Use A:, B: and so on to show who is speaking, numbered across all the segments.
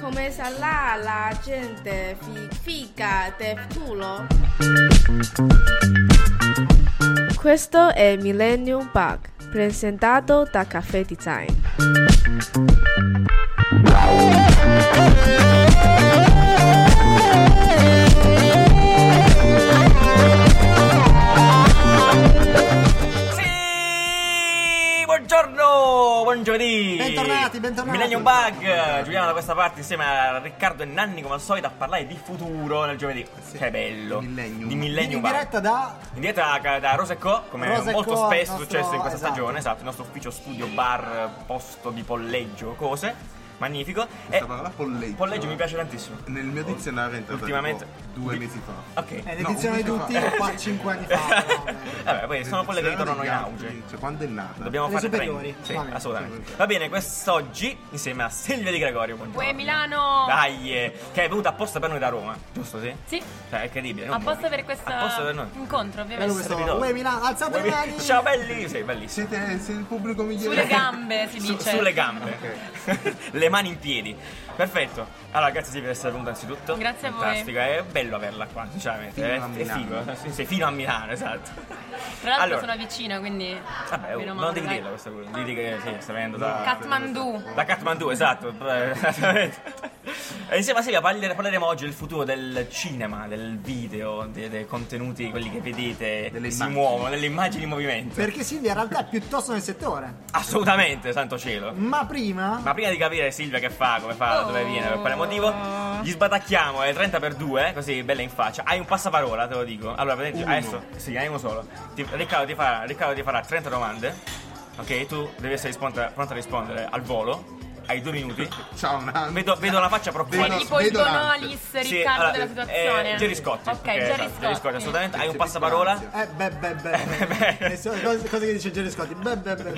A: Come sarà la gente fi- figa del futuro? Questo è Millennium Bug, presentato da Caffè Design.
B: Sì, buongiorno, buon giovedì.
C: Bentornati, bentornati.
B: Millennium Bug, Giuliano da questa parte insieme a Riccardo e Nanni come al solito a parlare di futuro nel giovedì. Che bello.
C: Di Millennium.
B: Di Millennium
C: In
B: Bug.
C: diretta da eh,
B: In diretta da, da Rose Co, come
C: Rose
B: molto
C: Co,
B: spesso è
C: nostro-
B: successo in questa
C: esatto.
B: stagione, esatto, il nostro ufficio studio bar, posto di polleggio, cose. Magnifico.
D: Questa parola polleggio.
B: Eh, polleggio mi piace tantissimo.
D: Nel mio dizionario è entrata
B: Ultimamente- Ah,
D: tipo due mesi fa.
B: Ok.
C: è
D: No,
C: l'edizione di
D: un mese
C: tutti
D: fa.
C: qua 5 anni fa. no,
B: Vabbè, poi sono quelle che
D: Nel dizionario
B: ritornano in
D: degli
B: auge.
D: altri, Cioè, quando è nata?
B: Dobbiamo
C: Alle
B: fare
C: superiori,
B: trend. Sì,
C: vabbè.
B: assolutamente. Va bene, quest'oggi insieme a Silvia Di Gregorio. Buongiorno.
E: Uè Milano!
B: Dai, eh, che è venuta apposta per noi da Roma, giusto sì?
E: Sì,
B: Cioè, è incredibile. non
E: apposta
B: muori.
E: per questo
B: Apposta per noi.
C: Bello
E: incontro, ovviamente.
C: questo.
B: Servidore.
C: Uè Milano, alzate le mani.
B: Ciao belli, sei bellissimo.
D: Siete, siete il pubblico migliore.
E: Sulle gambe si
B: Su-
E: dice.
B: sulle gambe, le mani in piedi. Perfetto. Allora, grazie sì per essere venuta anzitutto.
E: Grazie a voi.
B: Fantastico, è bello averla qua, sinceramente.
D: Fino
B: eh.
D: a
B: è
D: Milano.
B: figo. Sì, Sei fino a Milano, esatto.
E: Tra l'altro
B: Allora.
E: sono vicina, quindi.
B: Vabbè, oh,
E: meno
B: non
E: male,
B: devi
E: dai.
B: dirla questa cosa. Devi dire che sì, stai venendo da.
E: Kathmandu.
B: Da Kathmandu, esatto. E insieme a Silvia parler- parleremo oggi del futuro del cinema, del video, de- dei, contenuti, quelli che vedete,
D: Delle
B: che si
D: immagini.
B: muovono, delle immagini in movimento.
C: Perché Silvia in realtà è piuttosto nel settore.
B: Assolutamente, santo cielo.
C: Ma prima
B: Ma prima di capire Silvia che fa, come fa,
E: Oh.
B: dove viene, per quale motivo, gli sbatacchiamo le 30 per 2, così bella in faccia. Hai un passaparola, te lo dico. Allora, per esempio,
D: Uno.
B: adesso sì, hai uno solo. Ti- Riccardo, ti farà, Riccardo ti farà 30 domande. Ok, tu devi essere risponta- pronto a rispondere al volo. Hai due minuti.
D: Ciao, Nanni.
B: Vedo, vedo la faccia preoccupata.
D: Vedo-
E: Sei tipo il
D: vedo
E: Bonolis Riccardo
B: Sì, allora,
E: della situazione.
B: eh, Gerry Scotti.
E: Ok, Gerry
B: esatto, Gerry Scotti,
E: Scotti.
B: assolutamente. Hai un
D: Gerry
B: passaparola?
D: Scotti.
C: eh, beh, beh, beh.
B: Beh.
C: beh. Adesso, cosa, cosa che dice Jerry Scotti? Beh, beh, beh.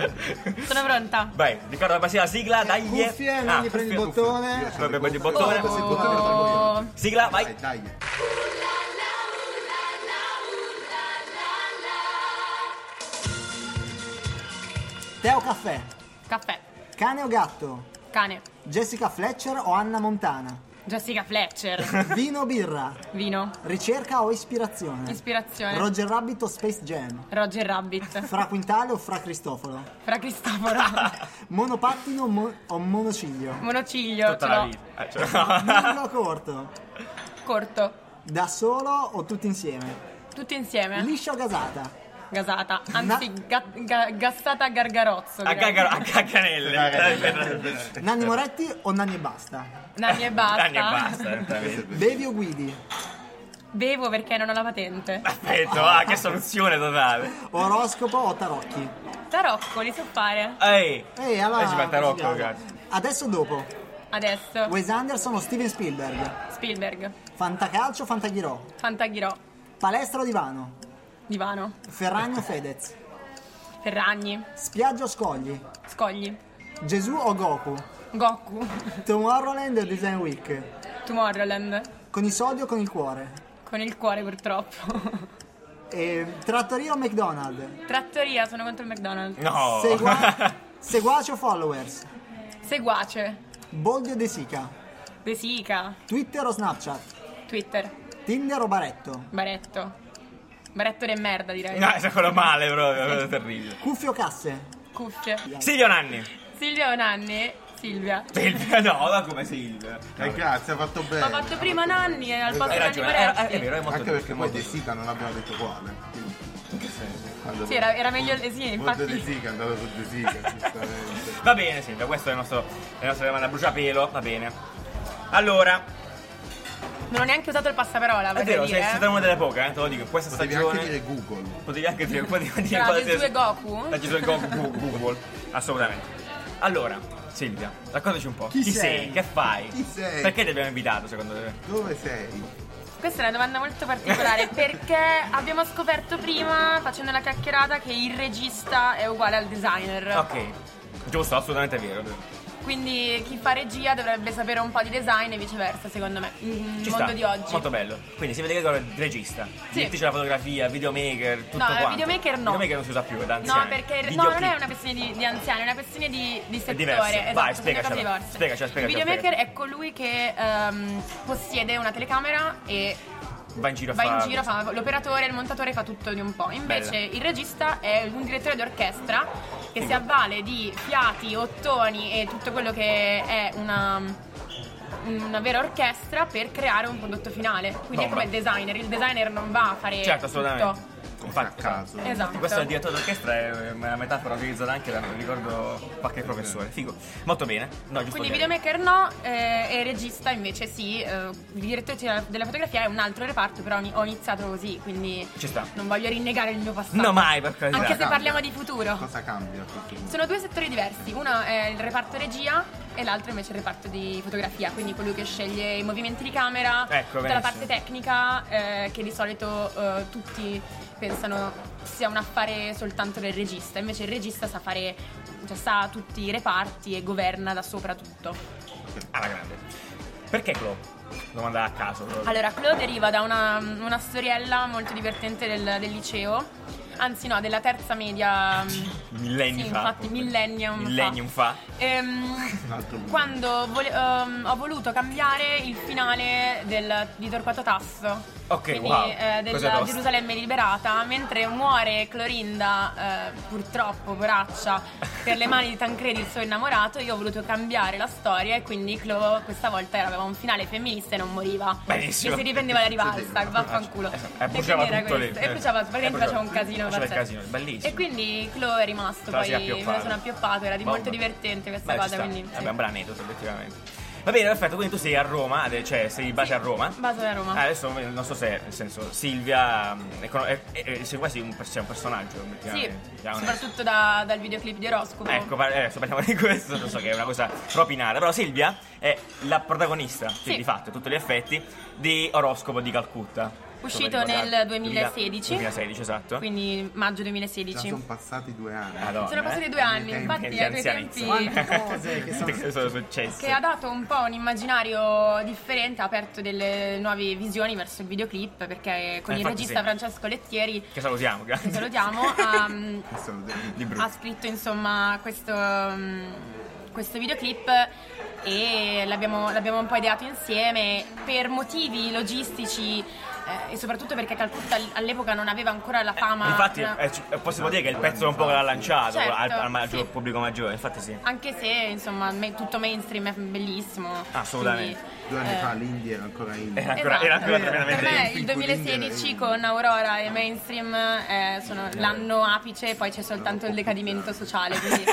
C: beh.
E: Sono pronta.
B: Vai, Riccardo la passi la sigla, dai. eh.
C: Cuffie, non gli prendi il
B: Ah, cuffie,
C: bottone.
D: cuffie.
B: Vabbè, prendi il bottone.
D: Oh.
C: Oh.
D: bottone lo tolgo io.
E: Oh,
B: Sigla, vai.
D: Dai, dai.
C: Teo Caffè,
E: Caffè.
C: cane o gatto?
E: Cane.
C: Jessica Fletcher o Anna Montana?
E: Jessica Fletcher.
C: Vino o birra?
E: Vino.
C: Ricerca o ispirazione?
E: Ispirazione.
C: Roger Rabbit o Space Jam?
E: Roger Rabbit.
C: Fra Quintale o Fra Cristoforo?
E: Fra Cristoforo.
C: Monopattino o, mo- o monociglio?
E: Monociglio.
B: Tutta
E: ce
B: la
E: l'ho.
B: vita. Ah, cioè-
C: Lungo o corto?
E: Corto.
C: Da solo o tutti insieme?
E: Tutti insieme.
C: Liscio o gasata?
E: Gasata. Anzi, ga- ga- gassata a gargarozzo.
B: A,
E: direi.
B: cagano- a caganelle.
C: Nanni Moretti o Nanni e basta?
E: Nanni e basta.
B: Anni e basta. veramente.
C: Bevi o guidi?
E: Bevo perché non ho la patente.
B: Perfetto, ah, che soluzione totale.
C: Oroscopo o tarocchi?
E: Tarocco, li so fare.
B: Ehi.
C: Ehi, allora...
B: Eh, ci fa il tarocco,
C: sigla.
B: ragazzi.
C: Adesso dopo.
E: Adesso.
C: Wes Anderson o Steven Spielberg?
E: Spielberg.
C: Fantacalcio o Fantaghirò?
E: Fantaghirò.
C: Palestra o divano?
E: Divano.
C: Ferragno o Fedez?
E: Ferragni.
C: Spiaggia o scogli?
E: Scogli.
C: Gesù o Goku?
E: Goku.
C: Tomorrowland o Design Week?
E: Tomorrowland.
C: Con i soldi o con il cuore?
E: Con il cuore purtroppo.
C: E, trattoria o McDonald's?
E: Trattoria, sono contro il McDonald's.
B: No.
C: Segua- seguaci o followers?
E: Seguace.
C: Boldi o De Sica?
E: De Sica.
C: Twitter o Snapchat?
E: Twitter.
C: Tinder o Baretto?
E: Baretto. Baretto de merda direi.
B: No, è quello male proprio, è terribile.
C: Cuffie o casse?
E: Cuffie.
B: Silvio Nanni.
E: Silvia o Nanni? Silvia.
B: Silvia, no, ma come Silvia?
D: Eh, grazie, ha fatto bene.
E: Ho fatto prima Nanni e al posto
B: Hai
E: di Nanni
B: ragione, era- è
E: Moretti.
B: vero, è molto
D: Anche perché poi
B: molto-
D: De Sica non abbiamo detto quale. Quindi- Quando-
E: Sì, era, era meglio... eh, Sì,
D: Molto De
E: infatti...
D: Sica, è andato su De Sica, giustamente.
B: Va bene, Silvia, questo è il nostro, la nostra domanda a bruciapelo, va bene. Allora,
E: Non ho neanche usato il passaparola,
B: è
E: vorrei
B: vero, sei
E: dire.
B: stata una delle poche, eh, te lo dico, in questa
D: Potevi
B: stagione...
D: anche dire Google.
B: Potevi anche dire, potevi dire
E: Tra
B: qualsiasi-
E: Gesù e Goku?
B: Da Gesù e Goku, Google, Google, assolutamente. Allora, Silvia, raccontaci un po'.
D: Chi
B: sei?
D: sei?
B: Che fai?
D: Chi sei?
B: Perché ti abbiamo invitato, secondo te?
D: Dove sei?
E: Questa è una domanda molto particolare perché abbiamo scoperto prima, facendo la chiacchierata, che il regista è uguale al designer.
B: Ok, giusto, assolutamente vero.
E: Quindi chi fa regia dovrebbe sapere un po' di design e viceversa, secondo me. Il
B: Ci
E: mondo
B: sta,
E: di oggi.
B: Molto bello. Quindi si vede che è il regista.
E: Sì.
B: Metti c'è la fotografia, videomaker, tutto
E: No, eh,
B: quanto.
E: videomaker no.
B: Videomaker non si usa più, cioè, è da anziani.
E: No, perché no,
B: Videoclip.
E: non è una questione di, di anziani, è una questione di, di settore.
B: diverso.
E: esatto,
B: Vai,
E: sono due
B: spiegacela.
E: cose diverse.
B: Spiegacela, spiegacela,
E: Il videomaker è colui che ehm, possiede una telecamera e
B: Va in giro a
E: va in
B: fare-
E: giro, fa l'operatore, il montatore fa tutto di un po'. Invece
B: Bella.
E: il regista è un direttore d'orchestra che
B: Sì.
E: si avvale di fiati, ottoni e tutto quello che è una una vera orchestra per creare un prodotto finale. Quindi è
B: Bomba.
E: come il designer, il designer non va a fare
B: Certo, assolutamente.
E: tutto.
B: Infatti,
D: A caso.
E: Esatto.
B: Questo è il direttore d'orchestra, è una metafora utilizzata anche da me, ricordo qualche professore. Figo. Molto bene. No, giusto.
E: Quindi
B: chiaro.
E: videomaker no eh, e regista invece sì, eh, il direttore della- della fotografia è un altro reparto, però ni- ho iniziato così, quindi
B: Ci sta.
E: non voglio rinnegare il mio passato.
B: No, mai, per carità.
E: Anche se
D: Cambia.
E: parliamo di futuro.
D: Cosa cambia? a questo punto?
E: Sono due settori diversi, uno è il reparto regia e l'altro invece è il reparto di fotografia, quindi colui che sceglie i movimenti di camera,
B: Ecco,
E: tutta la
B: benissimo.
E: parte tecnica eh, che di solito eh, tutti pensano sia un affare soltanto del regista, invece il regista sa fare, cioè sa tutti i reparti e governa da sopra tutto.
B: Alla grande. Perché Clo? Domanda a caso. proprio.
E: Allora, Clo deriva da una, una storiella molto divertente del, del liceo, anzi no, della terza media.
B: Millenni
E: sì,
B: fa.
E: infatti, millennium fa.
B: Millennium fa.
E: Ehm,
D: Un altro mondo.
E: quando vole- ehm, ho voluto cambiare il finale del- di Torquato Tasso.
B: Ok,
E: quindi,
B: wow,
E: eh,
B: cosa
E: della
B: tosta.
E: Gerusalemme liberata, mentre muore Clorinda, eh, purtroppo, poraccia, per le mani di Tancredi, il suo innamorato, io ho voluto cambiare la storia e quindi Clo questa volta era- aveva un finale femminista e non moriva.
B: Benissimo.
E: E si riprendeva la rivalsa,
D: Sì, sì.
E: vaffanculo.
B: Esatto, e bruciava
E: quindi era
B: tutto lì.
E: questo. E bruciava, praticamente
B: E bruciava.
E: faceva un casino.
B: Faceva il
E: pazzesco.
B: casino, bellissimo.
E: E quindi Clo è rimasto,
B: Però
E: poi
B: si è
E: me lo
B: appioppato.
E: sono appioppato, era di
B: Bomba.
E: molto divertente
B: Beh,
E: questa
B: ci
E: cosa.
B: sta.
E: Quindi,
B: Vabbè, un bel aneddoto, effettivamente. Va bene, perfetto. Quindi tu sei a Roma, ade- cioè sei base a Roma.
E: Base a Roma.
B: Ah, adesso non so se, nel senso, Silvia mm, è, cono- è, è- è- sei quasi un, per- sei un personaggio.
E: Sì,
B: effettivamente. Ha una-
E: soprattutto da- dal videoclip di Oroscopo.
B: Ecco, par- diciamo eh, adesso parliamo di questo, lo so che è una cosa propinata, però Silvia è la protagonista, cioè,
E: Sì.
B: di fatto, a tutti gli effetti, di Oroscopo di Calcutta.
E: Uscito
B: Insomma, ricordate-
E: nel 2016.
B: 2016, esatto.
E: Quindi maggio
D: Già
E: 2016.
D: sono passati due anni.
B: Madonna,
E: Sono passati
B: eh.
E: due anni,
D: Tempi
E: infatti, a quei tempi.
B: anzianissimi.
C: Quante cose che sono
B: Tutte sono successe.
E: Che ha dato un po' un immaginario differente, ha aperto delle nuove visioni verso il videoclip, perché con
B: Eh,
E: il
B: infatti
E: regista
B: sì.
E: Francesco Lettieri,
B: Che salutiamo, grazie.
E: che salutiamo, ha, mm,
D: Che sono Ah, dei-
B: Di brutto.
E: ha scritto insomma questo, mm, questo videoclip e l'abbiamo, l'abbiamo un po' ideato insieme per motivi logistici eh, e soprattutto perché Calcutta all- all'epoca non aveva ancora la fama.
B: Infatti,
E: non-
B: eh, ci- eh, possiamo dire che il pezzo è un po' che l'ha lanciato
E: Certo,
B: al, al maggio-
E: sì.
B: pubblico maggiore, infatti sì.
E: Anche se, insomma, me- tutto mainstream è bellissimo.
B: Assolutamente.
E: quindi,
D: Due anni
E: eh,
D: fa l'India era ancora India.
B: Era ancora, era ancora tremendamente
E: esatto. per me
D: in
E: il
D: cui l'India era
E: 2016
D: in-
E: con Aurora e Mainstream eh, sono l'anno apice e poi c'è soltanto il decadimento sociale quindi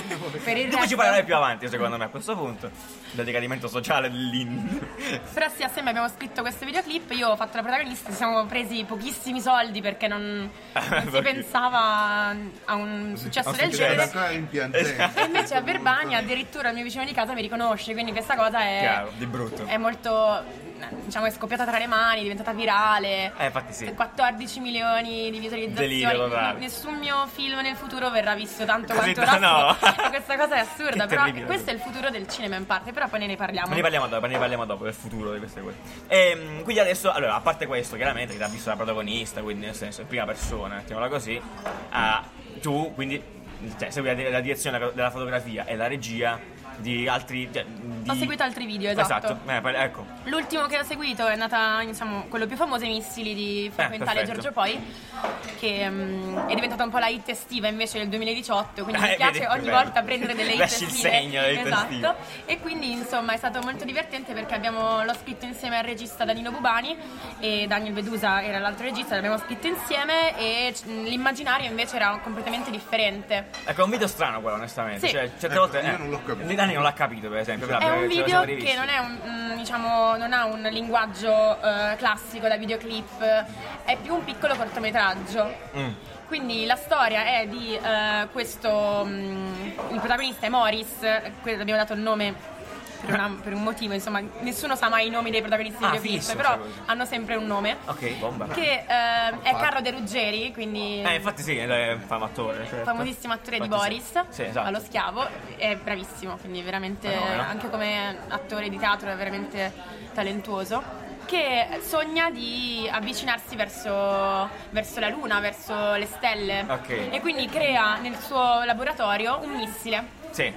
E: per il
B: Di cui ci
E: resto
B: parlerai più avanti, secondo me, a questo punto. Del decadimento sociale dell'In.
E: però sì assieme abbiamo scritto questo videoclip io ho fatto la protagonista ci siamo presi pochissimi soldi perché non, non si
B: Ah, Perché?
E: pensava a un successo
D: Ho
E: del
D: sentito che era
E: genere Esatto.
D: ancora in piangenza.
E: e invece a Verbania addirittura il mio vicino di casa mi riconosce quindi questa cosa è
B: Chiaro, di brutto.
E: è molto diciamo è scoppiata tra le mani è diventata virale
B: Eh, infatti sì.
E: 14 milioni di visualizzazioni.
B: Delirio totale.
E: N- Nessun mio film nel futuro verrà visto tanto
B: Così ta-
E: quanto ora.
B: no.
E: Questa cosa è assurda,
B: Che
E: però
B: terribile.
E: questo è il futuro del cinema in parte, però poi ne riparliamo.
B: Ma ne parliamo dopo, ne parliamo dopo del futuro di queste cose. Ehm, quindi adesso, allora, a parte questo, chiaramente che ti ha visto la protagonista, quindi nel senso, in prima persona, mettiamola così, ah, tu quindi cioè, segui la, la direzione della- della fotografia e la regia di altri... cioè, di-
E: Ho seguito altri video, esatto.
B: eh, poi- ecco,
E: L'ultimo che ho seguito è andata, diciamo, quello più famoso, i missili di Frequentale
B: Eh, perfetto.
E: Giorgio Poi, che mm, è diventata un po' la hit estiva invece del 2018, quindi
B: Eh,
E: mi piace
B: vedi,
E: ogni
B: bello.
E: volta prendere delle hit
B: Lasci il
E: estive.
B: segno delle hit estive.
E: esatto. E quindi insomma è stato molto divertente perché abbiamo, l'ho scritto insieme al regista Danilo Bubani e Daniel Vedusa era l'altro regista, l'abbiamo scritto insieme e c- l'immaginario invece era completamente differente.
B: Ecco, è un video strano quello, onestamente.
E: Sì.
B: Cioè, certe
D: Ecco,
B: volte.
D: io
B: eh,
D: non l'ho capito.
B: Dani non l'ha capito, per esempio. però,
E: È un
B: perché ce lo
E: video
B: siamo rivisti.
E: che non è un, mm, diciamo, non ha un linguaggio eh, classico da videoclip, è più un piccolo cortometraggio.
B: Mm.
E: Quindi la storia è di eh, questo, mm, il protagonista è Morris, que- abbiamo dato il nome per, una- per un motivo, insomma, nessuno sa mai i nomi dei protagonisti
B: Ah,
E: del videoclip,
B: fighissimo,
E: però
B: sai cosa.
E: hanno sempre un nome.
B: Ok, bomba.
E: Che eh, è Carlo De Ruggeri, quindi
B: Eh, infatti sì, è un famatore. Certo.
E: famosissimo attore di
B: Infatti sì.
E: Boris,
B: Sì, esatto.
E: allo schiavo, è bravissimo, quindi veramente
B: Fenomeno.
E: anche come attore di teatro è veramente talentuoso. Che sogna di avvicinarsi verso, verso la luna, verso le stelle.
B: Ok.
E: E quindi crea nel suo laboratorio un missile
B: Sì.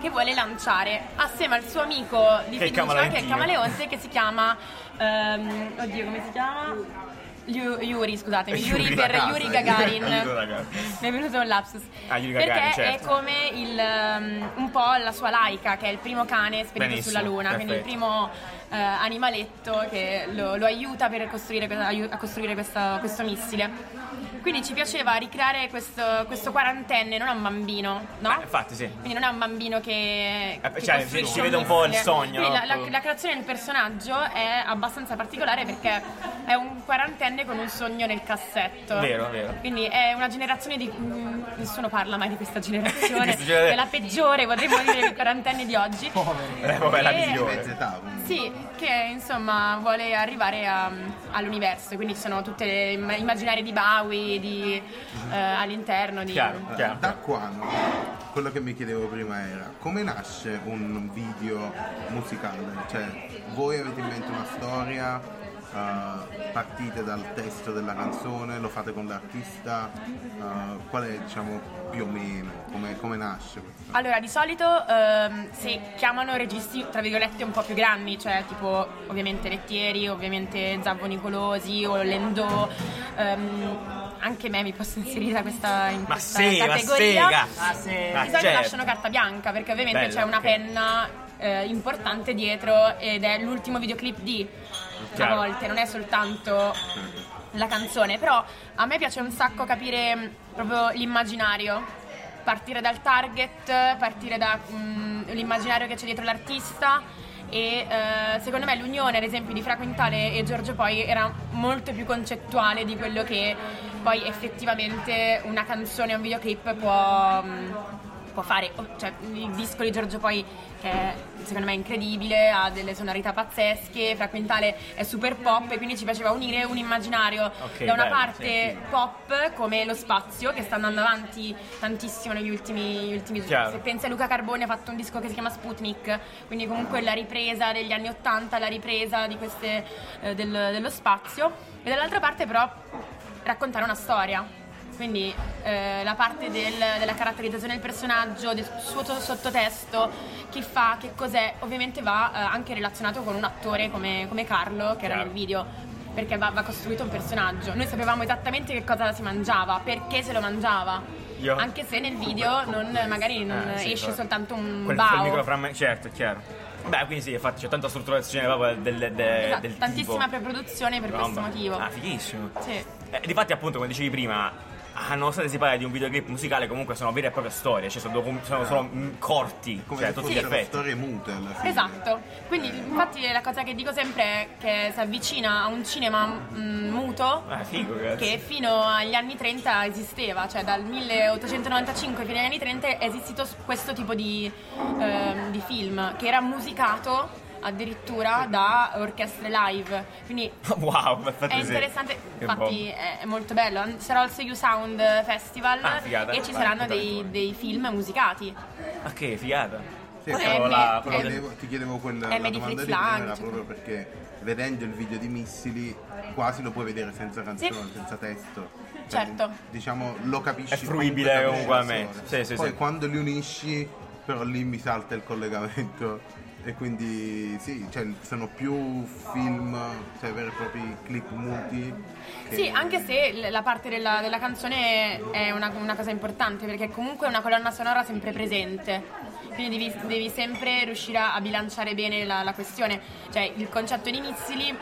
E: che vuole lanciare assieme al suo amico di
B: Che è
E: fiducia che è
B: Camaleontino.
E: Camaleonte che si chiama ehm, oddio come si chiama Liu- Yuri scusatemi Yuri,
B: Yuri
E: per
B: da casa,
E: Yuri
B: Yuri
E: Gagarin
B: da casa.
E: mi è venuto un lapsus
B: Ah, Yuri
E: perché
B: Gagarin,
E: è
B: certo.
E: come il, ehm, un po' la sua laica che è il primo cane spedito
B: Benissimo,
E: sulla luna quindi il
B: perfetto.
E: primo eh, animaletto che lo, lo aiuta per costruire, a costruire questa- questo missile quindi ci piaceva ricreare questo, questo quarantenne non è un bambino no?
B: Eh, infatti sì.
E: Quindi non è un bambino che.
B: Eh,
E: che
B: cioè,
E: costruisce
B: si vede un po' il
E: missile.
B: sogno,
E: Quindi
B: no?
E: La, la- la creazione del personaggio è abbastanza particolare perché è un quarantenne con un sogno nel cassetto.
B: Vero, vero.
E: Quindi è una generazione di. mm, nessuno parla mai di questa generazione.
B: Questa generazione.
E: È la peggiore, potremmo dire, dei quarantenni di oggi.
C: Poveri.
B: Eh, vabbè, la
E: E-
B: migliore.
D: Mezz'età comunque.
E: Sì, che insomma vuole arrivare a- all'universo, quindi ci sono tutte le imm- immaginari di Bowie, di, eh, all'interno di...
B: Chiaro.
D: Allora,
B: Chiaro.
D: Eh, Da quando quello che mi chiedevo prima era come nasce un video musicale? Cioè, voi avete in mente una storia, eh, partite dal testo della canzone, lo fate con l'artista, eh, qual è diciamo più o meno, come, come nasce questa?
E: Allora, di solito ehm, se chiamano registi, tra virgolette, un po' più grandi, cioè tipo ovviamente Lettieri, ovviamente Zabbo Nicolosi o Lendo, ehm, anche me mi posso inserire da questa, in
B: Ma
E: questa
B: sì, ma sì,
E: categoria.
B: cazzo.
C: Ah, sì.
B: Ah,
E: di solito
B: certo.
E: lasciano carta bianca perché ovviamente
B: Bello,
E: c'è una
B: ok.
E: penna eh, importante dietro ed è l'ultimo videoclip di a
B: Chiaro.
E: volte, non è soltanto la canzone, però a me piace un sacco capire mh, proprio l'immaginario, partire dal target, partire dall'immaginario che c'è dietro l'artista e eh, secondo me l'unione ad esempio di Fra Quintale e Giorgio poi era molto più concettuale di quello che poi effettivamente una canzone o un videoclip può, mm, mh, può fare, O- cioè il disco di Giorgio poi che è, secondo me è incredibile, ha delle sonorità pazzesche, Fra Quintale è super pop e quindi ci piaceva unire un immaginario
B: Ok,
E: da una
B: bello,
E: parte
B: sì.
E: pop come lo spazio che sta andando avanti tantissimo negli ultimi, gli ultimi
B: Chiaro.
E: se pensi a Luca Carbone ha fatto un disco che si chiama Sputnik quindi comunque la ripresa degli anni 80 la ripresa di queste, eh, del- dello spazio e dall'altra parte però raccontare una storia quindi eh, la parte del- della caratterizzazione del personaggio, del suo to- sottotesto, chi fa, che cos'è, ovviamente va eh, anche relazionato con un attore come, come Carlo, che era
B: Chiaro.
E: nel video, perché va, va costruito un personaggio. Noi sapevamo esattamente che cosa si mangiava, perché se lo mangiava.
B: Io-
E: anche se nel video non- magari non
B: Ah, sì,
E: esce
B: certo.
E: soltanto un
B: Quel- quel
E: bao.
B: microframmen- certo, è chiaro. Beh, quindi sì, infatti c'è tanta strutturazione proprio del, del,
E: Esatto,
B: del
E: tantissima
B: tipo.
E: preproduzione per questo
B: Bomba.
E: motivo.
B: Ah, fighissimo.
E: Sì.
B: Eh, difatti, appunto, come dicevi prima, ah, nonostante si parli di un videoclip musicale, comunque sono vere e proprie storie, cioè sono, docu- sono, sono, mm, corti,
D: Come
B: cioè
D: se
B: tutti gli
D: fossero
B: effetti.
D: storie mute alla fine.
E: Esatto, quindi infatti la cosa che dico sempre è che si avvicina a un cinema mm, muto
B: Ah, figo, ragazzi.
E: che fino agli anni 30 esisteva, cioè dal 1895 fino agli anni 30 è esistito s- questo tipo di, ehm, di film che era musicato addirittura da orchestre live, quindi
B: Wow, infatti
E: è
B: sì.
E: interessante,
B: Che
E: infatti
B: bomba.
E: è è molto bello, An- sarà al Seiyu Sound Festival
B: Ah, figata.
E: e ci
B: Vai,
E: saranno
B: portami
E: dei,
B: fuori.
E: dei film musicati.
B: Ma che figata.
D: Sì,
E: Eh,
D: però
E: mi-
D: la-
E: eh,
D: ti, chiedevo, ti chiedevo quella
E: eh,
D: la domanda
E: Medi
D: di
E: Fritz
D: prima
E: Lang,
D: era
E: cioè.
D: proprio perché vedendo il video di Missili quasi lo puoi vedere senza canzone, senza testo. Cioè,
E: Certo.
D: diciamo lo capisci.
B: È fruibile
D: comunque capisci la
B: ugualmente.
D: storia.
B: Sì, sì,
D: Poi
B: sì.
D: quando li unisci però lì mi salta il collegamento e quindi sì, cioè, sono più film, cioè veri e propri clip muti. che-
E: Sì, anche se l- la parte della, della canzone è una, una cosa importante perché comunque è una colonna sonora sempre presente. Quindi devi, devi sempre riuscire a a bilanciare bene la, la questione. Cioè, il concetto di Missili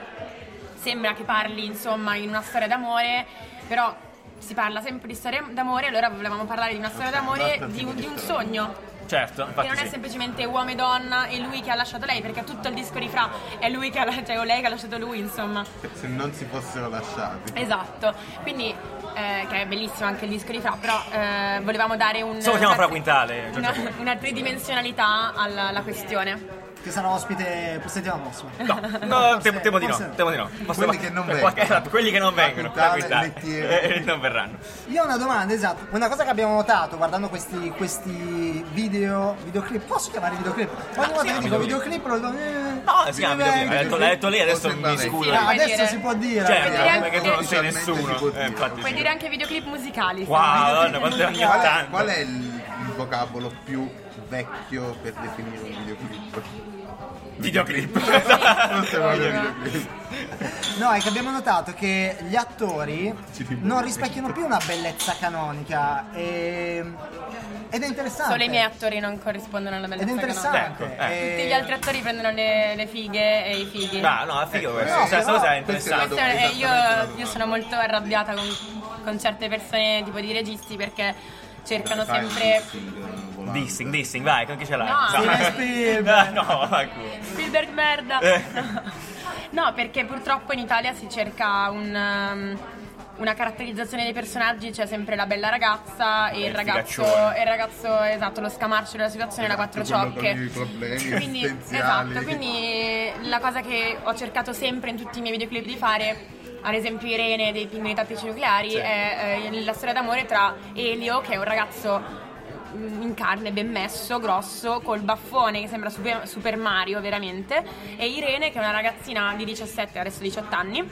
E: sembra che parli, insomma, in una storia d'amore, però si parla sempre di storia d'amore, allora volevamo parlare di una storia d'amore, di un, di un sogno.
B: Certo,
E: Che
B: infatti
E: non è
B: sì.
E: semplicemente uomo e donna e lui che ha lasciato lei, perché tutto il disco di Fra è lui che ha, la- cioè, o lei che ha lasciato lui, insomma.
D: Se non si fossero lasciati.
E: Esatto, quindi eh, che è bellissimo anche il disco di Fra, però eh, volevamo dare un,
B: Solo chiama
E: una-
B: Fra Quintale, Giorgio
E: una,
B: Puglia.
E: una tridimensionalità alla, alla questione.
C: Che sarà ospite settimana prossima.
B: No, no,
C: Forse-
B: temo, temo di no,
C: forse no.
B: temo di no. Forse
D: Quelli
B: va-
D: che non
B: per
D: vengono.
B: qualche- esatto, quelli che non
D: La
B: vengono,
D: puntata,
B: la
D: il
B: puntata,
D: lettiero.
B: eh, non verranno.
C: Io ho una domanda, esatto. Una cosa che abbiamo notato guardando questi, questi video, videoclip. Posso chiamare videoclip?
B: Ah,
C: Ogni volta che
B: chiama
C: dico
B: videoclip.
C: videoclip lo eh. No,
B: No, eh, si chiama videoclip, l'ha detto- l'ha detto lei, Cioè, eh. adesso
D: Forse
B: mi
D: vabbè.
B: scuso.
E: Sì,
B: Cioè,
E: puoi
C: Ah, adesso
E: dire-
C: si può dire.
E: Certo.
C: ragazzi.
E: anche-
B: perché tu non sei
D: Ufficialmente si
B: nessuno.
D: può dire.
B: eh, infatti
E: Puoi
B: sì.
E: dire anche videoclip musicali.
B: Wow,
E: insomma,
B: donna,
E: videoclip
B: quanto è ogni
E: musicali.
D: Qual è,
B: tanto.
D: qual è il, il vocabolo più vecchio per definire un videoclip?
B: Videoclip.
D: Non si chiama videoclip.
C: No, è che abbiamo notato che gli attori
D: Ci dimmi.
C: non rispecchiano più una bellezza canonica. e- Ed è interessante.
E: Solo i miei attori non corrispondono alla
C: Ed è
E: bellezza canonica.
C: interessante.
B: Ecco, eh.
C: e-
E: Tutti gli altri attori prendono le, le fighe e i fighi.
B: No, no, è figo
D: Ecco,
B: questo.
C: no,
B: Cioè,
C: però-
B: stasera è
D: questa è la
B: interessante.
E: Questo è-
D: Esattamente
E: io,
D: la
E: io
D: domanda.
E: sono molto arrabbiata con, con certe persone, tipo di registi, perché cercano
D: Fai un
E: sempre.
D: dissing, eh, volante.
B: Dissing, dissing, vai, con chi ce l'hai?
E: No,
C: Steven
B: Dai.
C: Spielberg.
B: No, vai, culo.
E: Spielberg merda!
B: Eh.
E: No, perché purtroppo in Italia si cerca un, um, una caratterizzazione dei personaggi, c'è sempre la bella ragazza e
B: E
E: il
B: il
E: ragazzo,
B: figaccione.
E: e il ragazzo, esatto, lo scamarcio della situazione, la quattro
D: Esatto, Quello con
E: ciocche.
D: i problemi
E: Quindi,
D: esistenziali.
E: esatto, quindi la cosa che ho cercato sempre in tutti i miei videoclip di fare, ad esempio Irene dei Pinguini Tattici Nucleari,
B: Sì.
E: è eh, la storia d'amore tra Elio, che è un ragazzo mm, in carne, ben messo, grosso, col baffone che sembra Super, Super Mario veramente, e Irene che è una ragazzina di 17, adesso 18 anni,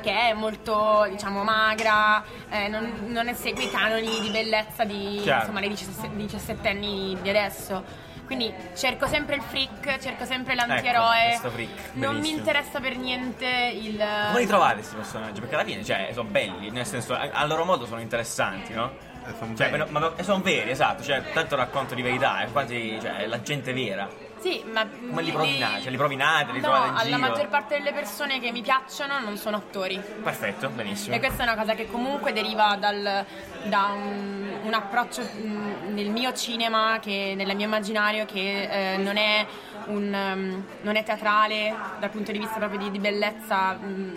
E: che è molto diciamo magra, eh, non, non segue i canoni di bellezza di
B: Chiaro.
E: insomma, dei 17 diciassettenni di adesso. Quindi cerco sempre il freak, cerco sempre l'antieroe.
B: Ecco, questo freak,
E: Ecco, non mi
B: bellissimo.
E: interessa per niente il.
B: Come li trovate questi personaggi? Perché alla fine, cioè, sono belli, nel senso, a- al loro modo sono interessanti, no?
D: Eh, son
B: Cioè,
D: belli.
B: ma- ma- e sono veri, esatto, cioè, tanto racconto di verità, è quasi, cioè, è la gente vera.
E: Sì, ma.
B: Come li provinate? Cioè, li provinate, li
E: No,
B: trovate in
E: alla
B: giro?
E: maggior parte delle persone che mi piacciono non sono attori.
B: Perfetto, benissimo.
E: E questa è una cosa che comunque deriva dal- da un, un approccio mh, nel mio cinema, che, nel mio immaginario, che eh, non, è un, um, non è teatrale dal punto di vista proprio di, di bellezza mh,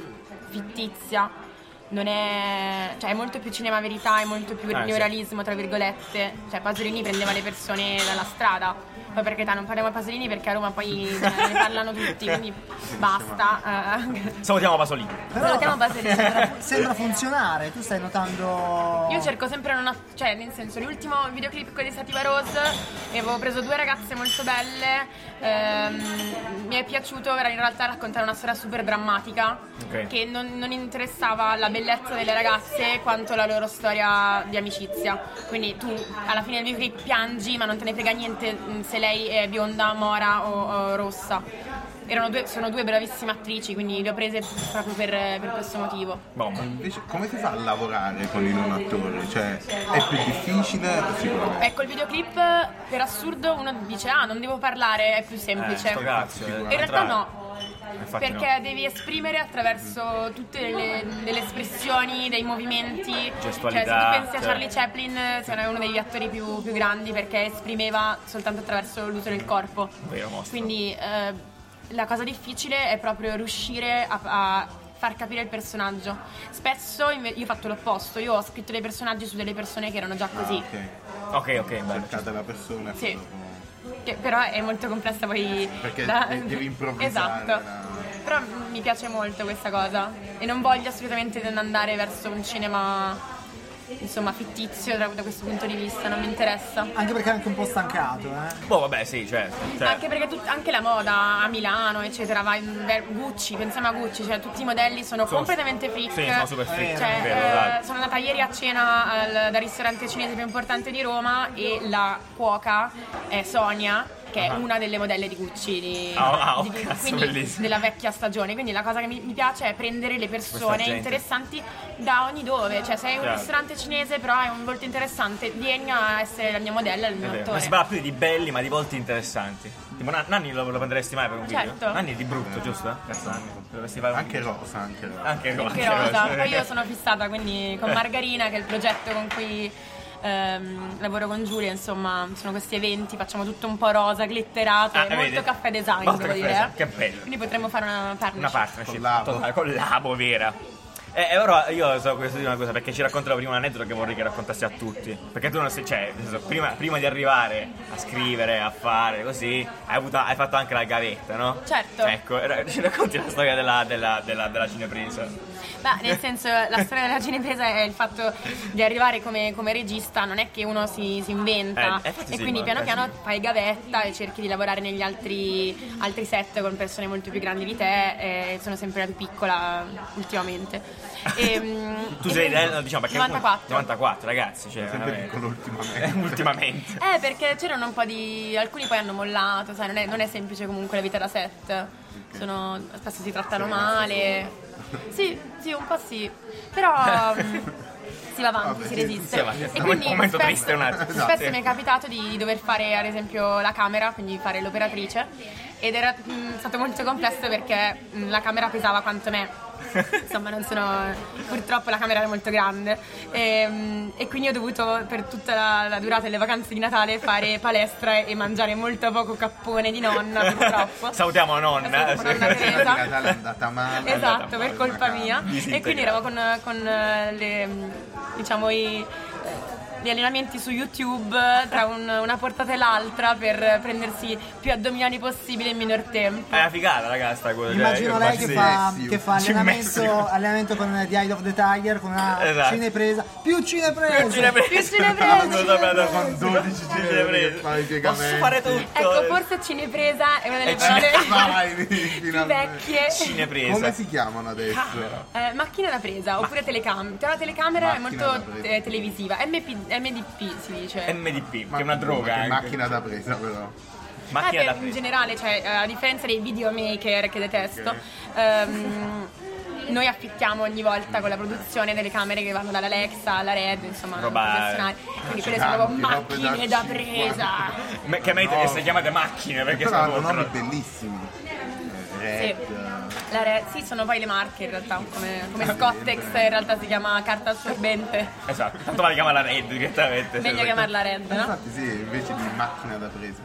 E: fittizia. Non è, cioè è molto più cinema verità, è molto più
B: Ah, sì.
E: neorealismo, tra virgolette. Cioè, Pasolini prendeva le persone dalla strada. Poi per carità non parliamo di Pasolini perché a Roma poi cioè, ne parlano tutti, quindi basta. eh.
B: Salutiamo Pasolini.
C: Però
E: Salutiamo Pasolini.
C: sembra, sembra funzionare, tu stai notando.
E: Io cerco sempre non aff- cioè nel senso l'ultimo videoclip con di Sativa Rose e avevo preso due ragazze molto belle, ehm, mi è piaciuto era in realtà raccontare una storia super drammatica
B: Ok.
E: che non, non interessava la bellezza delle ragazze quanto la loro storia di amicizia. Quindi tu alla fine del videoclip piangi ma non te ne frega niente mh, se lei è bionda, mora o, o rossa. Erano due- sono due bravissime attrici, quindi le ho prese proprio per- per questo motivo.
D: Ma
B: Bomba. Eh,
D: Invece, come si fa a lavorare con i non attori? Cioè, è più difficile sicuramente.
E: Ecco, il videoclip per assurdo uno dice ah non devo parlare, è più semplice.
B: Eh, sto cazzo, eh,
E: in
B: al
E: realtà
B: contrario.
E: no.
B: Infatti
E: perché devi esprimere attraverso tutte le, delle espressioni, dei movimenti.
B: Gestualità,
E: Cioè, se tu pensi a
B: cioè.
E: Charlie Chaplin, eh, se non è uno degli attori più, più grandi perché esprimeva soltanto attraverso l'uso del corpo.
B: Vero mostro.
E: Quindi eh, la cosa difficile è proprio riuscire a, a far capire il personaggio. Spesso inve- io ho fatto l'opposto, io ho scritto dei personaggi su delle persone che erano già
D: Ah,
E: così.
D: ok.
B: no. Ok, ok, bello.
D: Cercate la persona e
E: Sì.
D: poi dopo-
E: Che però è molto complessa poi
D: Perché
E: da-
D: de- devi improvvisare,
E: Esatto.
D: no?
E: Però mi piace molto questa cosa e non voglio assolutamente andare verso un cinema insomma fittizio da, da questo punto di vista, non mi interessa.
C: Anche perché è anche un po' stancato, eh.
B: Boh, vabbè, sì, certo. Cioè,
E: Anche perché tut- anche la moda a Milano, eccetera, va in ver- Gucci, pensiamo a Gucci, cioè tutti i modelli sono,
B: sono-
E: completamente freak.
B: Sì, sono super freak,
E: Cioè,
B: vero,
E: eh,
B: dai.
E: sono andata ieri a cena al, dal ristorante cinese più importante di Roma e la cuoca è Sonia, che è
B: Ah.
E: una delle modelle di Gucci, di,
B: Ah, ah,
E: di-
B: oh, cazzo,
E: quindi
B: bellissimo.
E: della vecchia stagione. Quindi la cosa che mi, mi piace è prendere le persone
B: gente.
E: interessanti da ogni dove. Cioè, sei un
B: Chiaro.
E: ristorante cinese, però hai un volto interessante, vieni a essere la mia modella, il
B: è
E: mio
B: vero.
E: attore.
B: Non si parla più di belli, ma di volti interessanti. Tipo, Nan- Nanni lo, lo prenderesti mai per un
E: Certo.
B: video? Nanni è di brutto, giusto? Cazzo, Nanni. Dovresti fare un
D: Anche
B: video.
D: rosa, anche rosa.
B: Anche Rosa.
E: Anche Rosa, poi io sono fissata quindi con Margarina, che è il progetto con cui ehm, lavoro con Giulia, insomma, sono questi eventi, facciamo tutto un po' rosa, glitterato,
B: Ah,
E: e molto
B: vedi?
E: caffè design,
B: Molto
E: devo
B: caffè
E: dire.
B: design, che bello.
E: Quindi potremmo fare una partnership.
B: Una partnership
D: Collabo.
B: totale, collabo vera. E, e ora io so questo di una cosa perché ci raccontano prima un aneddoto che vorrei che raccontassi a tutti. Perché tu non sei, cioè, nel senso, prima, prima di arrivare a scrivere, a fare così, hai, avuto- hai fatto anche la gavetta, no?
E: Certo.
B: Ecco, e- ci racconti la storia della, della, della, della cinepresa.
E: Ma nel senso, la storia della cinepresa è il fatto di arrivare come, come regista, non è che uno si, si inventa.
B: Eh, eh, infatti
E: e
B: sì,
E: quindi
B: ma-
E: piano
B: eh,
E: piano
B: sì.
E: fai gavetta e cerchi di lavorare negli altri, altri set con persone molto più grandi di te. E sono sempre la più piccola ultimamente. E, mm,
B: Tu
E: e
B: sei
E: quindi-
B: del no, diciamo perché
E: 94.
B: 94, ragazzi, cioè,
D: Sempre
B: veramente.
D: piccolo ultimamente.
B: ultimamente.
E: Eh, perché c'erano un po' di. alcuni poi hanno mollato, sai, non è, non è semplice comunque la vita da set. Sono. spesso si trattano
B: Cioè,
E: male. Sì, sì, un po' sì. Però. mm, si va avanti,
D: Vabbè,
E: si
D: sì,
E: resiste.
B: si va avanti.
E: E
B: Un
E: quindi
B: momento
E: spesso,
B: triste, un attimo.
E: spesso
B: Esatto.
E: mi è capitato di dover fare ad esempio la camera, quindi fare l'operatrice. Ed era mm, stato molto complesso perché mm, la camera pesava quanto me. Insomma, non sono. Purtroppo la camera era molto grande. Ehm, E, quindi ho dovuto per tutta la, la durata delle vacanze di Natale fare palestra e mangiare molto poco cappone di nonna, purtroppo.
B: Salutiamo nonna.
E: Eh, salutiamo nonna Teresa.
D: Quella di Natale è andata male. è andata
E: Esatto,
D: male,
E: per colpa
D: una
E: mia.
D: cavolo.
E: E quindi eravamo con, con, eh, le, mm, diciamo, i- eh, gli allenamenti su YouTube eh, tra un- una portata e l'altra per eh, prendersi più addominali possibile in minor tempo.
B: È una figata, ragazzi, sta cosa. cioè,
C: Immagino
B: io
C: lei
B: faccio-
C: che
D: sì,
C: fa,
D: sì,
C: che fa
B: sì, sì.
C: allenamento, allenamento con The Eye of the Tiger, con una
B: Esatto.
C: cinepresa. Più cinepresa!
B: Più cineprese.
E: Più cineprese.
B: Non lo sapevo.
D: Con 12
B: cineprese.
D: che fai i
B: Posso
D: piegamenti.
B: fare tutto.
E: Ecco, forse cinepresa è una
D: Eh,
E: delle
B: E cine-
E: parole
D: Vai,
E: più
D: finalmente.
E: vecchie.
B: Ecco, Cinepresa.
D: Come si chiamano adesso?
E: Eh, macchina da presa oppure telecamera. La telecamera è
D: Macchina da
E: molto
D: presa.
E: eh, televisiva. MP MDP si dice.
B: MDP,
D: Ma-
B: che è una droga.
D: Che
B: anche.
D: macchina da presa però.
B: Macchina
E: Eh, per-
B: da
E: in
B: presa.
E: generale, cioè, eh, a differenza dei videomaker che detesto,
D: Ok.
E: ehm, noi affittiamo ogni volta con la produzione delle camere che vanno dall'Alexa alla Red, insomma,
B: Roba- eh,
E: professionali. Quindi quelle sono
D: Tanti,
E: proprio
D: robe da
E: macchine da
D: 50.
E: presa.
B: Me- che merita
D: No.
B: che si chiamate macchine perché
D: Però
B: sono
D: hanno nomi
B: proprio-
D: bellissimi. Eh, Red.
E: Sì. La Red, sì, sono poi le marche in realtà, come, come
D: Vabbè,
E: Scottex
D: beh.
E: in realtà si chiama carta assorbente.
B: Esatto, tanto vale chiamarla Red direttamente. se
E: Meglio
B: vuoi.
E: chiamarla Red, no?
D: Infatti sì, invece di macchina da presa.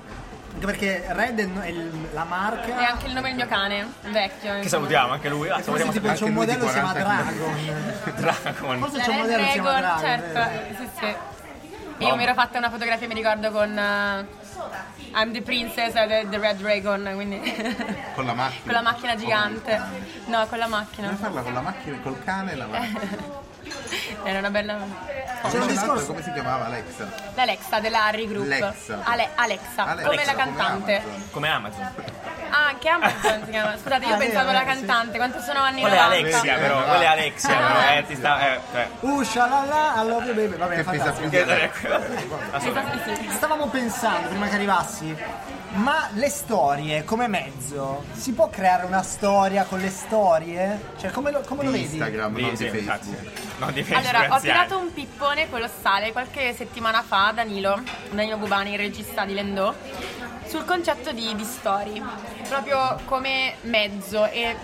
C: Anche perché Red è il- è il- la
E: E
C: marca.
E: anche il nome del mio cane, vecchio.
B: Che
E: insomma.
B: salutiamo anche lui. Ah,
C: Forse
B: salutiamo
C: tipo
D: anche
C: c'è un
D: lui di
C: modello che si chiama
D: 40
C: Dragon.
B: Dragon.
C: Forse
E: La
C: c'è un
E: Red
C: modello che si chiama
E: Dragon,
C: Dragon.
E: certo,
C: vero?
E: sì, sì. Io mi ero fatta una fotografia, mi ricordo, con eh, I'm the Princess of the, the Red Dragon, quindi
D: Con la macchina.
E: con la macchina gigante. Eh.
D: Con il cane.
E: No, con la
D: Come
E: macchina.
D: farla con la macchina, col cane e la macchina.
E: Era una bella...
D: Oh,
C: un
D: c'è un'altra,
C: discorso-
D: Come si chiamava Alexa?
E: L'Alexa della Harry Group.
D: Lexa.
E: Ale-
D: Alexa,
E: Alexa, Ah, come la cantante.
D: Amazon.
B: Come Amazon.
E: ah, anche Amazon si chiama. Scusate, io
C: Ah,
E: pensavo
C: vero,
E: alla
C: eh, sì.
E: cantante. Quanto sono anni
B: Qual è
E: 90?
B: Alexia
D: Vedi,
B: però?
D: eh,
B: Qual è
D: va.
B: Alexia però? Eh, ti sta... eh, eh.
C: Uh, shalala, I love you baby. Vabbè,
D: Che pesa
C: fantastico.
D: più
B: Che-
D: di Alexa.
E: Esatto, sì.
C: Stavamo pensando prima che arrivassi, ma le storie come mezzo, si può creare una storia con le storie? Cioè, come lo, come lo
D: Di
C: vedi?
D: Instagram,
B: Sì,
D: non
B: sì,
D: di
B: infatti.
D: Facebook.
B: Non di Facebook.
E: Allora, ho
B: anziani.
E: tirato un pippone colossale qualche settimana fa a Danilo, Danilo Bubani, il regista di Lendò, sul concetto di, di story, proprio come mezzo e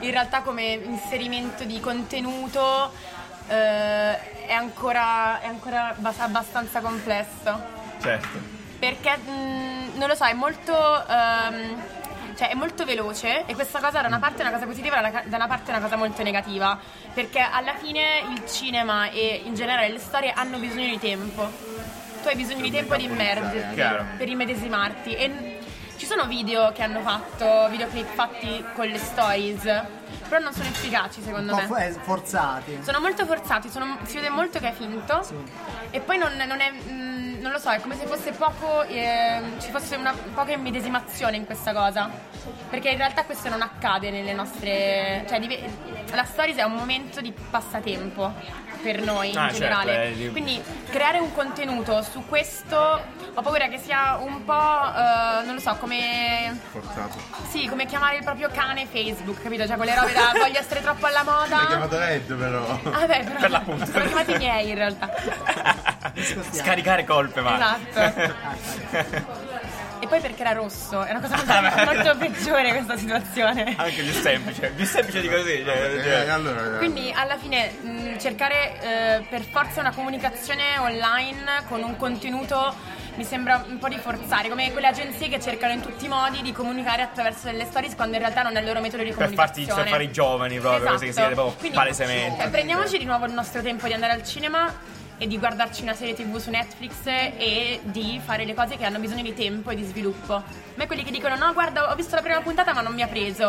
E: in realtà come inserimento di contenuto eh, è ancora, è ancora abbas- abbastanza complesso
B: Certo.
E: perché mh, non lo so, è molto. ehm, cioè è molto veloce e questa cosa da una parte è una cosa positiva e da una parte è una cosa molto negativa perché alla fine il cinema e in generale le storie hanno bisogno di tempo tu hai bisogno di tempo di immergerti
B: Chiaro.
E: per immedesimarti. E n- ci sono video che hanno fatto, videoclip fatti con le stories, però non sono efficaci
C: Un
E: secondo
C: po'
E: me.
C: fo- eh, forzati.
E: Sono molto forzati, sono- si vede molto che è finto.
C: Sì.
E: E poi non, non è. mm, non lo so, è come se fosse poco. ehm, ci fosse una poca immedesimazione in questa cosa. Perché in realtà questo non accade nelle nostre. Cioè, dive- la stories è un momento di passatempo per noi in
B: Ah, certo,
E: generale.
B: eh, di-
E: Quindi creare un contenuto su questo ho paura che sia un po'. eh, non lo so, come.
D: Forzato.
E: Sì, come chiamare il proprio cane Facebook, capito? Cioè quelle robe da voglio essere troppo alla
D: L'hai
E: moda.
D: chiamato Red però.
E: Ah beh, però
B: Per l'appunto.
E: sono chiamati i miei in realtà.
B: Scaricare colpe, va.
E: Esatto. E poi perché era rosso, è una cosa
B: Ah,
E: molto, molto peggiore questa situazione.
B: Anche più semplice. Più semplice di così. Cioè,
D: Eh,
B: cioè.
D: allora,
E: Quindi alla fine mm, mh, cercare eh, per forza una comunicazione online con un contenuto mi sembra un po' di forzare, come quelle agenzie che cercano in tutti i modi di comunicare attraverso delle stories quando in realtà non è il loro metodo di
B: Per farti
E: comunicazione. Esatto.
B: per fare i giovani proprio, cose che si vede proprio
E: Quindi,
B: palesemente.
E: eh, prendiamoci di nuovo il nostro tempo di andare al cinema e di guardarci una serie tv su Netflix e di fare le cose che hanno bisogno di tempo e di sviluppo. A me quelli che dicono no guarda ho visto la prima puntata ma non mi ha preso.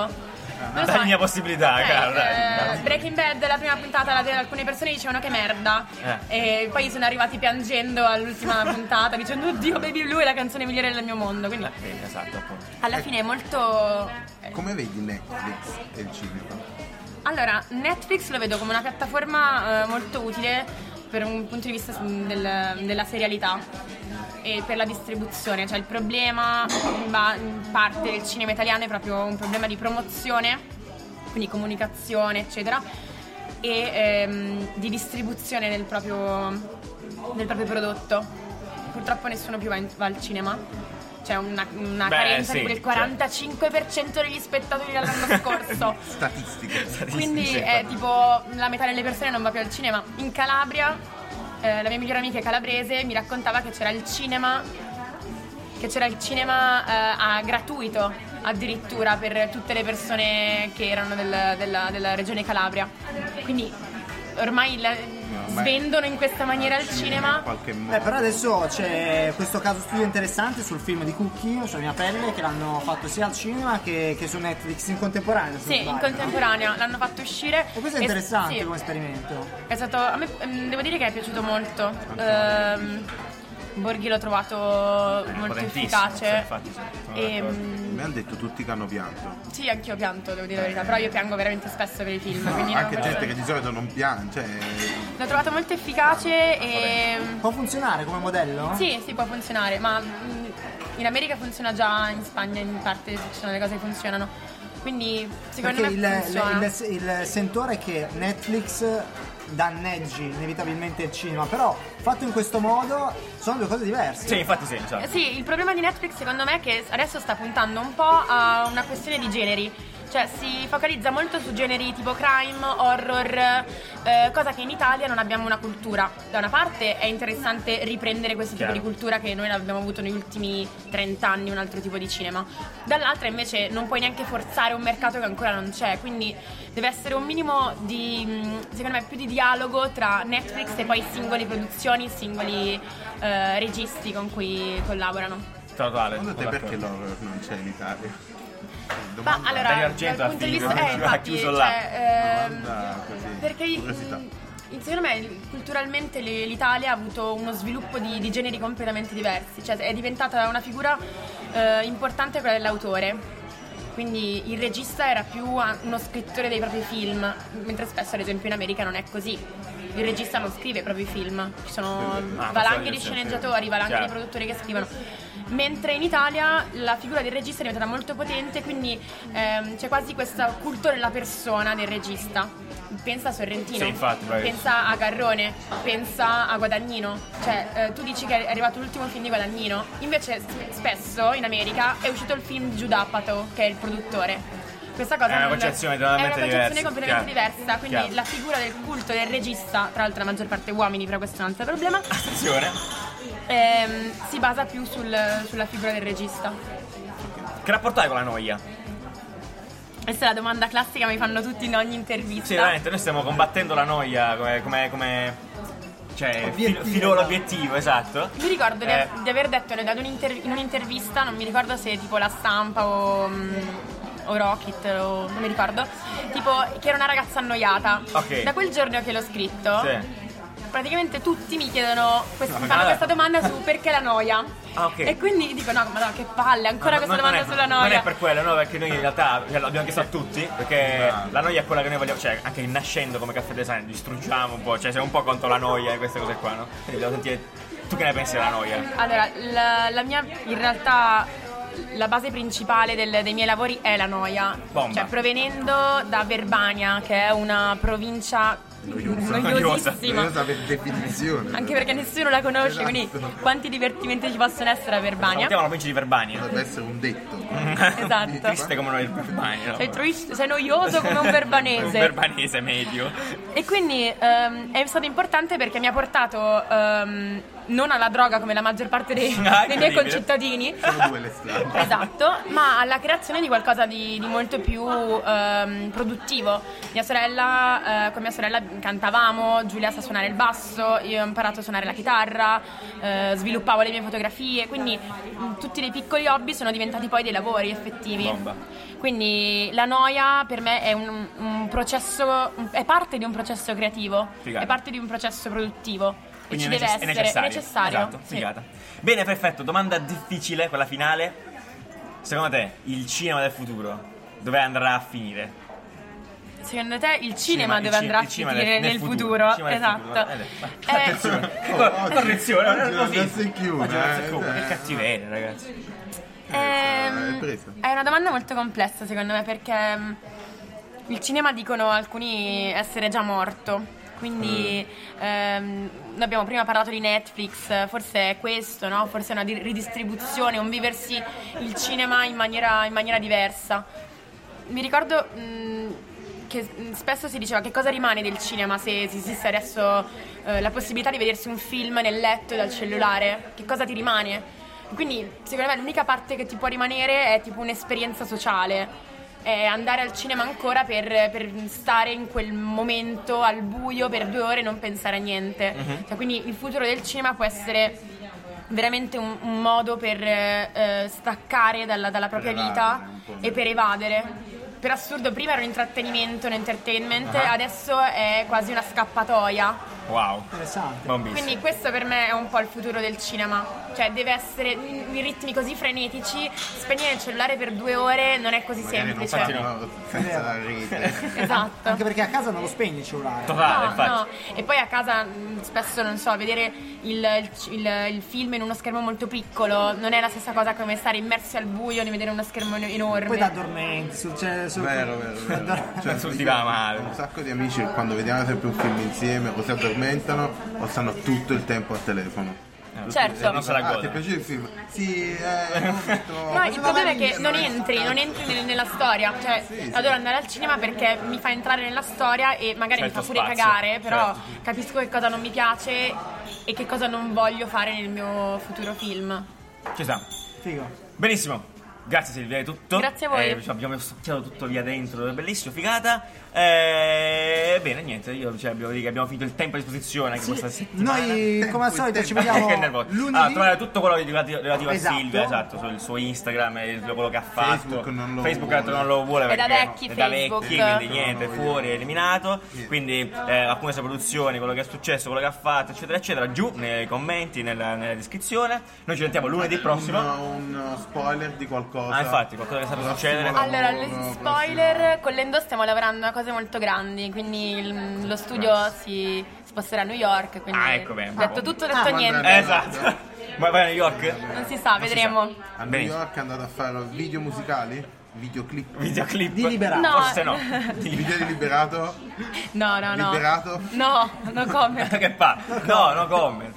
E: Non
B: Dai
E: lo so,
B: Ah, mia possibilità,
E: Ok,
B: cara, dai,
E: eh,
B: dai.
E: Breaking Bad, la prima puntata, la- alcune persone dicevano che merda.
B: Eh.
E: E poi sono arrivati piangendo all'ultima puntata, dicendo Oddio, Baby Blue è la canzone migliore del mio mondo. Quindi
B: Eh, sì, esatto, appunto.
E: alla fine è molto.
D: Come vedi Netflix e il cinema?
E: Allora, Netflix lo vedo come una piattaforma eh, molto utile per un punto di vista mm, del- della serialità e per la distribuzione. Cioè, il problema in, ba- in parte del cinema italiano è proprio un problema di promozione, quindi comunicazione, eccetera, e ehm, di distribuzione del proprio, del proprio prodotto. Purtroppo nessuno più va, in- va al cinema. C'è una, una
B: Beh,
E: carenza
B: sì,
E: tipo del
B: cioè.
E: 45% degli spettatori dall'anno scorso.
D: Statistiche.
E: Quindi
B: Sì,
E: è
B: infatti.
E: tipo la metà delle persone non va più al cinema. In Calabria, eh, la mia migliore amica è calabrese, mi raccontava che c'era il cinema, che c'era il cinema eh, a- gratuito addirittura per tutte le persone che erano del- della, della regione Calabria. Quindi ormai la-
D: ormai-
E: svendono in questa maniera il
D: In
E: cinema.
D: Eh, qualche modo.
C: Beh, Eh, però adesso c'è questo caso studio interessante sul film di Cookie, sulla mia pelle, che l'hanno fatto sia al cinema che, che su Netflix in contemporanea. se non
E: Sì, in
C: sbaglio, no?
E: contemporanea l'hanno fatto uscire.
C: E questo è
E: E-
C: interessante
E: sì.
C: come esperimento.
E: È stato, a me, mm, devo dire che è piaciuto molto. Ehm, Borghi l'ho trovato molto
B: potentissimo, sì,
E: efficace.
B: infatti, sì, sono
E: E,
B: d'accordo.
E: mm,
D: Mi hanno detto tutti che hanno pianto.
E: sì, anch'io pianto, devo dire la verità, però io piango veramente spesso per i film.
D: No,
E: quindi non
D: anche
E: posso-
D: gente che di solito non piange. Cioè,
E: L'ho trovato molto efficace e
C: Può funzionare come modello?
E: sì, sì, può funzionare, ma mm, in America funziona già, in Spagna in parte ci sono le cose che funzionano. Quindi secondo
C: Perché il,
E: me funziona.
C: il- il- il sentore è che Netflix danneggi inevitabilmente il cinema, però fatto in questo modo sono due cose diverse.
B: Sì, infatti sì, esatto.
E: Eh Sì, il problema di Netflix secondo me è che adesso sta puntando un po' a una questione di generi. Cioè si focalizza molto su generi tipo crime, horror, eh, cosa che in Italia non abbiamo una cultura. Da una parte è interessante riprendere questo tipo
B: Chiaro.
E: di cultura che noi abbiamo avuto negli ultimi 30 anni, un altro tipo di cinema. Dall'altra invece non puoi neanche forzare un mercato che ancora non c'è, quindi deve essere un minimo di, mh, secondo me, più di dialogo tra Netflix e poi singole produzioni, singoli eh, registi con cui collaborano.
B: Totale.
D: secondo te
B: sono
D: perché
B: d'accordo.
D: l'horror non c'è in Italia?
E: Ma
D: Domanda-
E: allora,
B: Dario Argento
E: dal
B: ha
E: punto di
B: finito,
E: vista...
B: ha
E: Eh, infatti,
B: chiuso là.
E: cioè, ehm,
D: Domanda così,
E: Perché
D: curiosità.
E: mh, secondo me culturalmente le- l'Italia ha avuto uno sviluppo di, di generi completamente diversi, cioè è diventata una figura eh, importante quella dell'autore. Quindi il regista era più a- uno scrittore dei propri film, mentre spesso ad esempio in America non è così. Il regista non scrive i propri film, ci sono
B: ma
E: valanghe di
B: sì, sì,
E: sceneggiatori,
B: sì.
E: valanghe di
B: Chiaro.
E: produttori che scrivono. Mentre in Italia la figura del regista è diventata molto potente, quindi ehm, c'è quasi questo culto della persona del regista. Pensa a Sorrentino,
B: Sì, infatti, bravi.
E: pensa a Garrone, pensa a Guadagnino. Cioè, eh, tu dici che è arrivato l'ultimo film di Guadagnino, invece sp- spesso in America è uscito il film di Judd Apatow, che è il produttore. Questa cosa
B: È una
E: non-
B: concezione
E: è
B: totalmente
E: una concezione
B: diversa,
E: completamente
B: chiaro,
E: diversa, quindi
B: chiaro.
E: la figura del culto del regista, tra l'altro la maggior parte uomini, però questo è un altro problema,
B: Attenzione.
E: Ehm, si basa più sul- sulla figura del regista.
B: Che rapporto hai con la noia?
E: Questa è la domanda classica che mi fanno tutti in ogni intervista.
B: Sì, veramente, noi stiamo combattendo la noia come. come, come cioè, filo,
C: Obiettivo.
B: filo l'obiettivo, esatto.
E: Mi ricordo di,
B: Eh.
E: di aver detto in un inter- in un'intervista, non mi ricordo se tipo la stampa o, mm, o Rocket o non mi ricordo, tipo che era una ragazza annoiata.
B: Ok.
E: Da quel giorno che l'ho scritto,
B: Sì.
E: praticamente tutti mi chiedono, quest- mi
B: Ah.
E: fanno questa domanda su perché la noia.
B: Ah, ok.
E: E quindi dico no, ma no, che palle, ancora
B: No,
E: questa
B: no, non
E: domanda
B: è-
E: sulla noia.
B: Non è per quello, no, perché noi in realtà cioè, l'abbiamo chiesto a tutti, perché
D: Bravo.
B: la noia è quella che noi vogliamo, cioè anche nascendo come caffè design distruggiamo un po', cioè siamo un po' contro la noia e queste cose qua, no? Quindi dobbiamo sentire tu che ne pensi della noia.
E: Allora, la, la mia in realtà la base principale del- dei miei lavori è la noia.
B: Bomba.
E: Cioè, provenendo da Verbania, che è una provincia
D: Noiosa.
E: noiosissima.
D: Noiosa per definizione.
E: Anche perché nessuno la conosce,
D: Esatto.
E: quindi quanti divertimenti ci possono essere a Verbania?
B: Salutiamo la provincia di Verbania.
D: Dovrebbe essere un detto.
E: Esatto.
B: Triste come noi il Verbania. no?
E: Sei, triste- sei noioso come un
B: Un
E: verbanese.
B: verbanese medio.
E: E quindi ehm, è stato importante perché mi ha portato ehm, non alla droga come la maggior parte dei,
B: Ah,
E: dei miei
B: incredibile.
E: concittadini.
D: Sono due le strade.
E: Esatto, ma alla creazione di qualcosa di, di molto più ehm, produttivo. Mia sorella, eh, con mia sorella cantavamo, Giulia sa suonare il basso, io ho imparato a suonare la chitarra, eh, sviluppavo le mie fotografie, quindi mh, tutti dei piccoli hobby sono diventati poi dei lavori effettivi.
B: Bomba.
E: Quindi la noia per me è un, un processo, è parte di un processo creativo,
B: Figata.
E: è parte di un processo produttivo.
B: Quindi
E: e
B: è,
E: ci
B: necess- è
E: deve essere
B: necessario. Esatto,
E: sì.
B: figata. Bene, perfetto. Domanda difficile, quella finale. Secondo te, il cinema del futuro dove andrà a finire?
E: Secondo te il cinema
B: il
E: dove
B: ci-
E: andrà a
B: il cinema
E: finire
B: del-
E: nel,
B: nel futuro,
E: futuro?
B: il cinema del
E: Esatto.
B: futuro. Eh,
E: Eh,
D: Oh, oggi-
B: Correzione,
D: oggi
B: non
D: la
B: l'ho visto.
D: classe è chiusa,
B: Oggi la classe è
D: eh,
B: chiusa.
D: dai.
B: Che cattiveria, ragazzi.
E: ehm,
D: Eh, presa.
E: è una domanda molto complessa secondo me perché mm, il cinema dicono alcuni essere già morto. Quindi
B: Mm.
E: ehm, noi abbiamo prima parlato di Netflix, forse è questo, no? forse è una di- ridistribuzione, un viversi il cinema in maniera, in maniera diversa. Mi ricordo mh, che mh, spesso si diceva che cosa rimane del cinema se se esiste adesso eh, la possibilità di vedersi un film nel letto dal cellulare, che cosa ti rimane? Quindi secondo me l'unica parte che ti può rimanere è tipo un'esperienza sociale, è andare al cinema ancora per, per stare in quel momento al buio per due ore e non pensare a niente.
D: Mhm.
E: Cioè, quindi il futuro del cinema può essere veramente un, un modo per eh, staccare dalla, dalla propria
D: Per
E: vita
D: evadere un po'.
E: e per evadere. Per assurdo, prima era un intrattenimento, un entertainment,
B: Ah.
E: adesso è quasi una scappatoia.
B: Wow.
C: Interessante.
B: Bombissimo.
E: Quindi questo per me è un po' il futuro del cinema. Cioè deve essere in in ritmi così frenetici, spegnere il cellulare per due ore non è così
D: Magari non
E: semplice.
D: facciamo senza la rete.
E: Esatto.
C: Anche perché a casa non lo spegni il cellulare.
B: Totale,
E: No,
B: infatti.
E: no. E poi a casa mh, spesso, non so, vedere il, il- il- il film in uno schermo molto piccolo non è la stessa cosa come stare immersi al buio e vedere uno schermo en- enorme.
C: Poi da addormenti sul cioè, sul-
D: Vero, vero, vero.
C: addor-
D: Cioè,
B: Sul
D: io-
B: divano male.
D: Un sacco di amici quando vediamo sempre un film insieme o si addormentano o stanno tutto il tempo al telefono.
E: Certo.
D: E
B: Eh, Non se la
D: dicono, Ah,
B: godono."
D: ti è piaciuto il film? Sì, eh, molto.
E: No,
D: Ma
E: il
D: sono
E: problema è che
D: bellissimo,
E: non entri, non entri nel- nella storia. Cioè,
D: Sì, sì.
E: adoro andare al cinema perché mi fa entrare nella storia e magari
B: Certo
E: mi fa pure
B: spazio,
E: cagare, però
B: certo.
E: capisco che cosa non mi piace e che cosa non voglio fare nel mio futuro film.
B: Ci siamo.
C: Figo.
B: Benissimo. Grazie Silvia, è tutto.
E: Grazie a voi.
B: Eh, ci abbiamo stoccato tutto via dentro, è bellissimo, figata. Eh, bene, niente, io cioè, abbiamo, dire che abbiamo finito il tempo a disposizione anche questa settimana.
C: Noi come al solito ci vediamo
B: che nervoso.
C: lunedì.
B: Ah, trovare tutto quello di- relativo, relativo
C: Esatto.
B: a Silvia, esatto, sul suo Instagram, e su quello che ha fatto.
D: Facebook non lo
B: Facebook,
D: vuole.
B: altro non lo vuole
E: È da
B: perché
E: vecchi
B: è da vecchi,
E: Facebook.
B: quindi niente,
D: No, no,
B: fuori, è eliminato.
D: Sì.
B: Quindi eh, alcune sue produzioni, quello che è successo, quello che ha fatto, eccetera, eccetera, giù nei commenti, nella, nella descrizione. Noi ci sentiamo lunedì prossimo.
D: Un, un spoiler di qualcosa.
B: Ah, infatti, qualcosa che sta per
D: Prossimo
B: succedere.
D: lavoro,
E: Allora, le
D: prossimo-
E: spoiler, con l'Endo stiamo lavorando a cose molto grandi, quindi il- lo studio si sposterà a New York, quindi
B: Ah, ecco bene,
E: detto
B: bravo.
E: tutto,
D: Ah,
E: detto
D: ma
E: niente. Eh,
D: andrà-
B: Esatto. Ma vai a New York?
E: Non si sa,
B: Non si
E: Ah, vedremo.
B: sa.
D: A New
B: Bene.
D: York è andato a fare video musicali? Videoclip?
B: Videoclip.
C: Di Liberato.
E: No.
B: Forse no.
D: Il
B: Di-
D: video di Liberato?
E: No, no, no.
D: Liberato?
E: No, no comment.
B: che fa? No, no comment.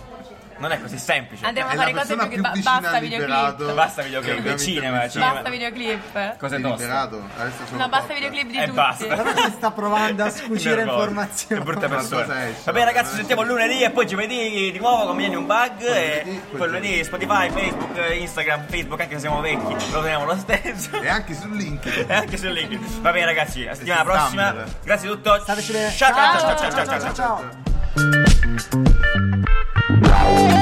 B: Non è così semplice.
E: Andremo a
D: è la
E: fare cose
D: persona più
E: più che ba-
D: vicina
E: basta
D: a Liberato.
E: videoclip.
B: Basta videoclip,
D: che abbiamo
B: cinema,
D: intervistato.
B: cinema.
E: Basta videoclip.
B: Cioè, Cosa è
D: Di
B: tosta?
D: Liberato? Adesso sono
E: No, basta
D: podcast.
E: videoclip di
B: E
E: tutti.
B: basta.
C: Però si sta provando a scucire
B: Nervoso.
C: informazioni.
B: Che brutta
D: Qualcosa
B: persona.
D: esce.
B: Va bene, ragazzi, ci sentiamo lunedì e poi giovedì di nuovo con Millennium Bug. E
D: lunedì,
B: poi
D: quel
B: lunedì
D: giovedì.
B: Spotify, Facebook, eh, Instagram, Facebook, anche se siamo vecchi, lo teniamo lo stesso.
D: E anche su LinkedIn.
B: E anche sul link. Va bene, ragazzi, a settimana
D: su
B: prossima.
D: Tumblr.
B: Grazie di tutto.
C: Stateci bene.
B: ciao, ciao, ciao, ciao, ciao, ciao.
C: ciao. ciao.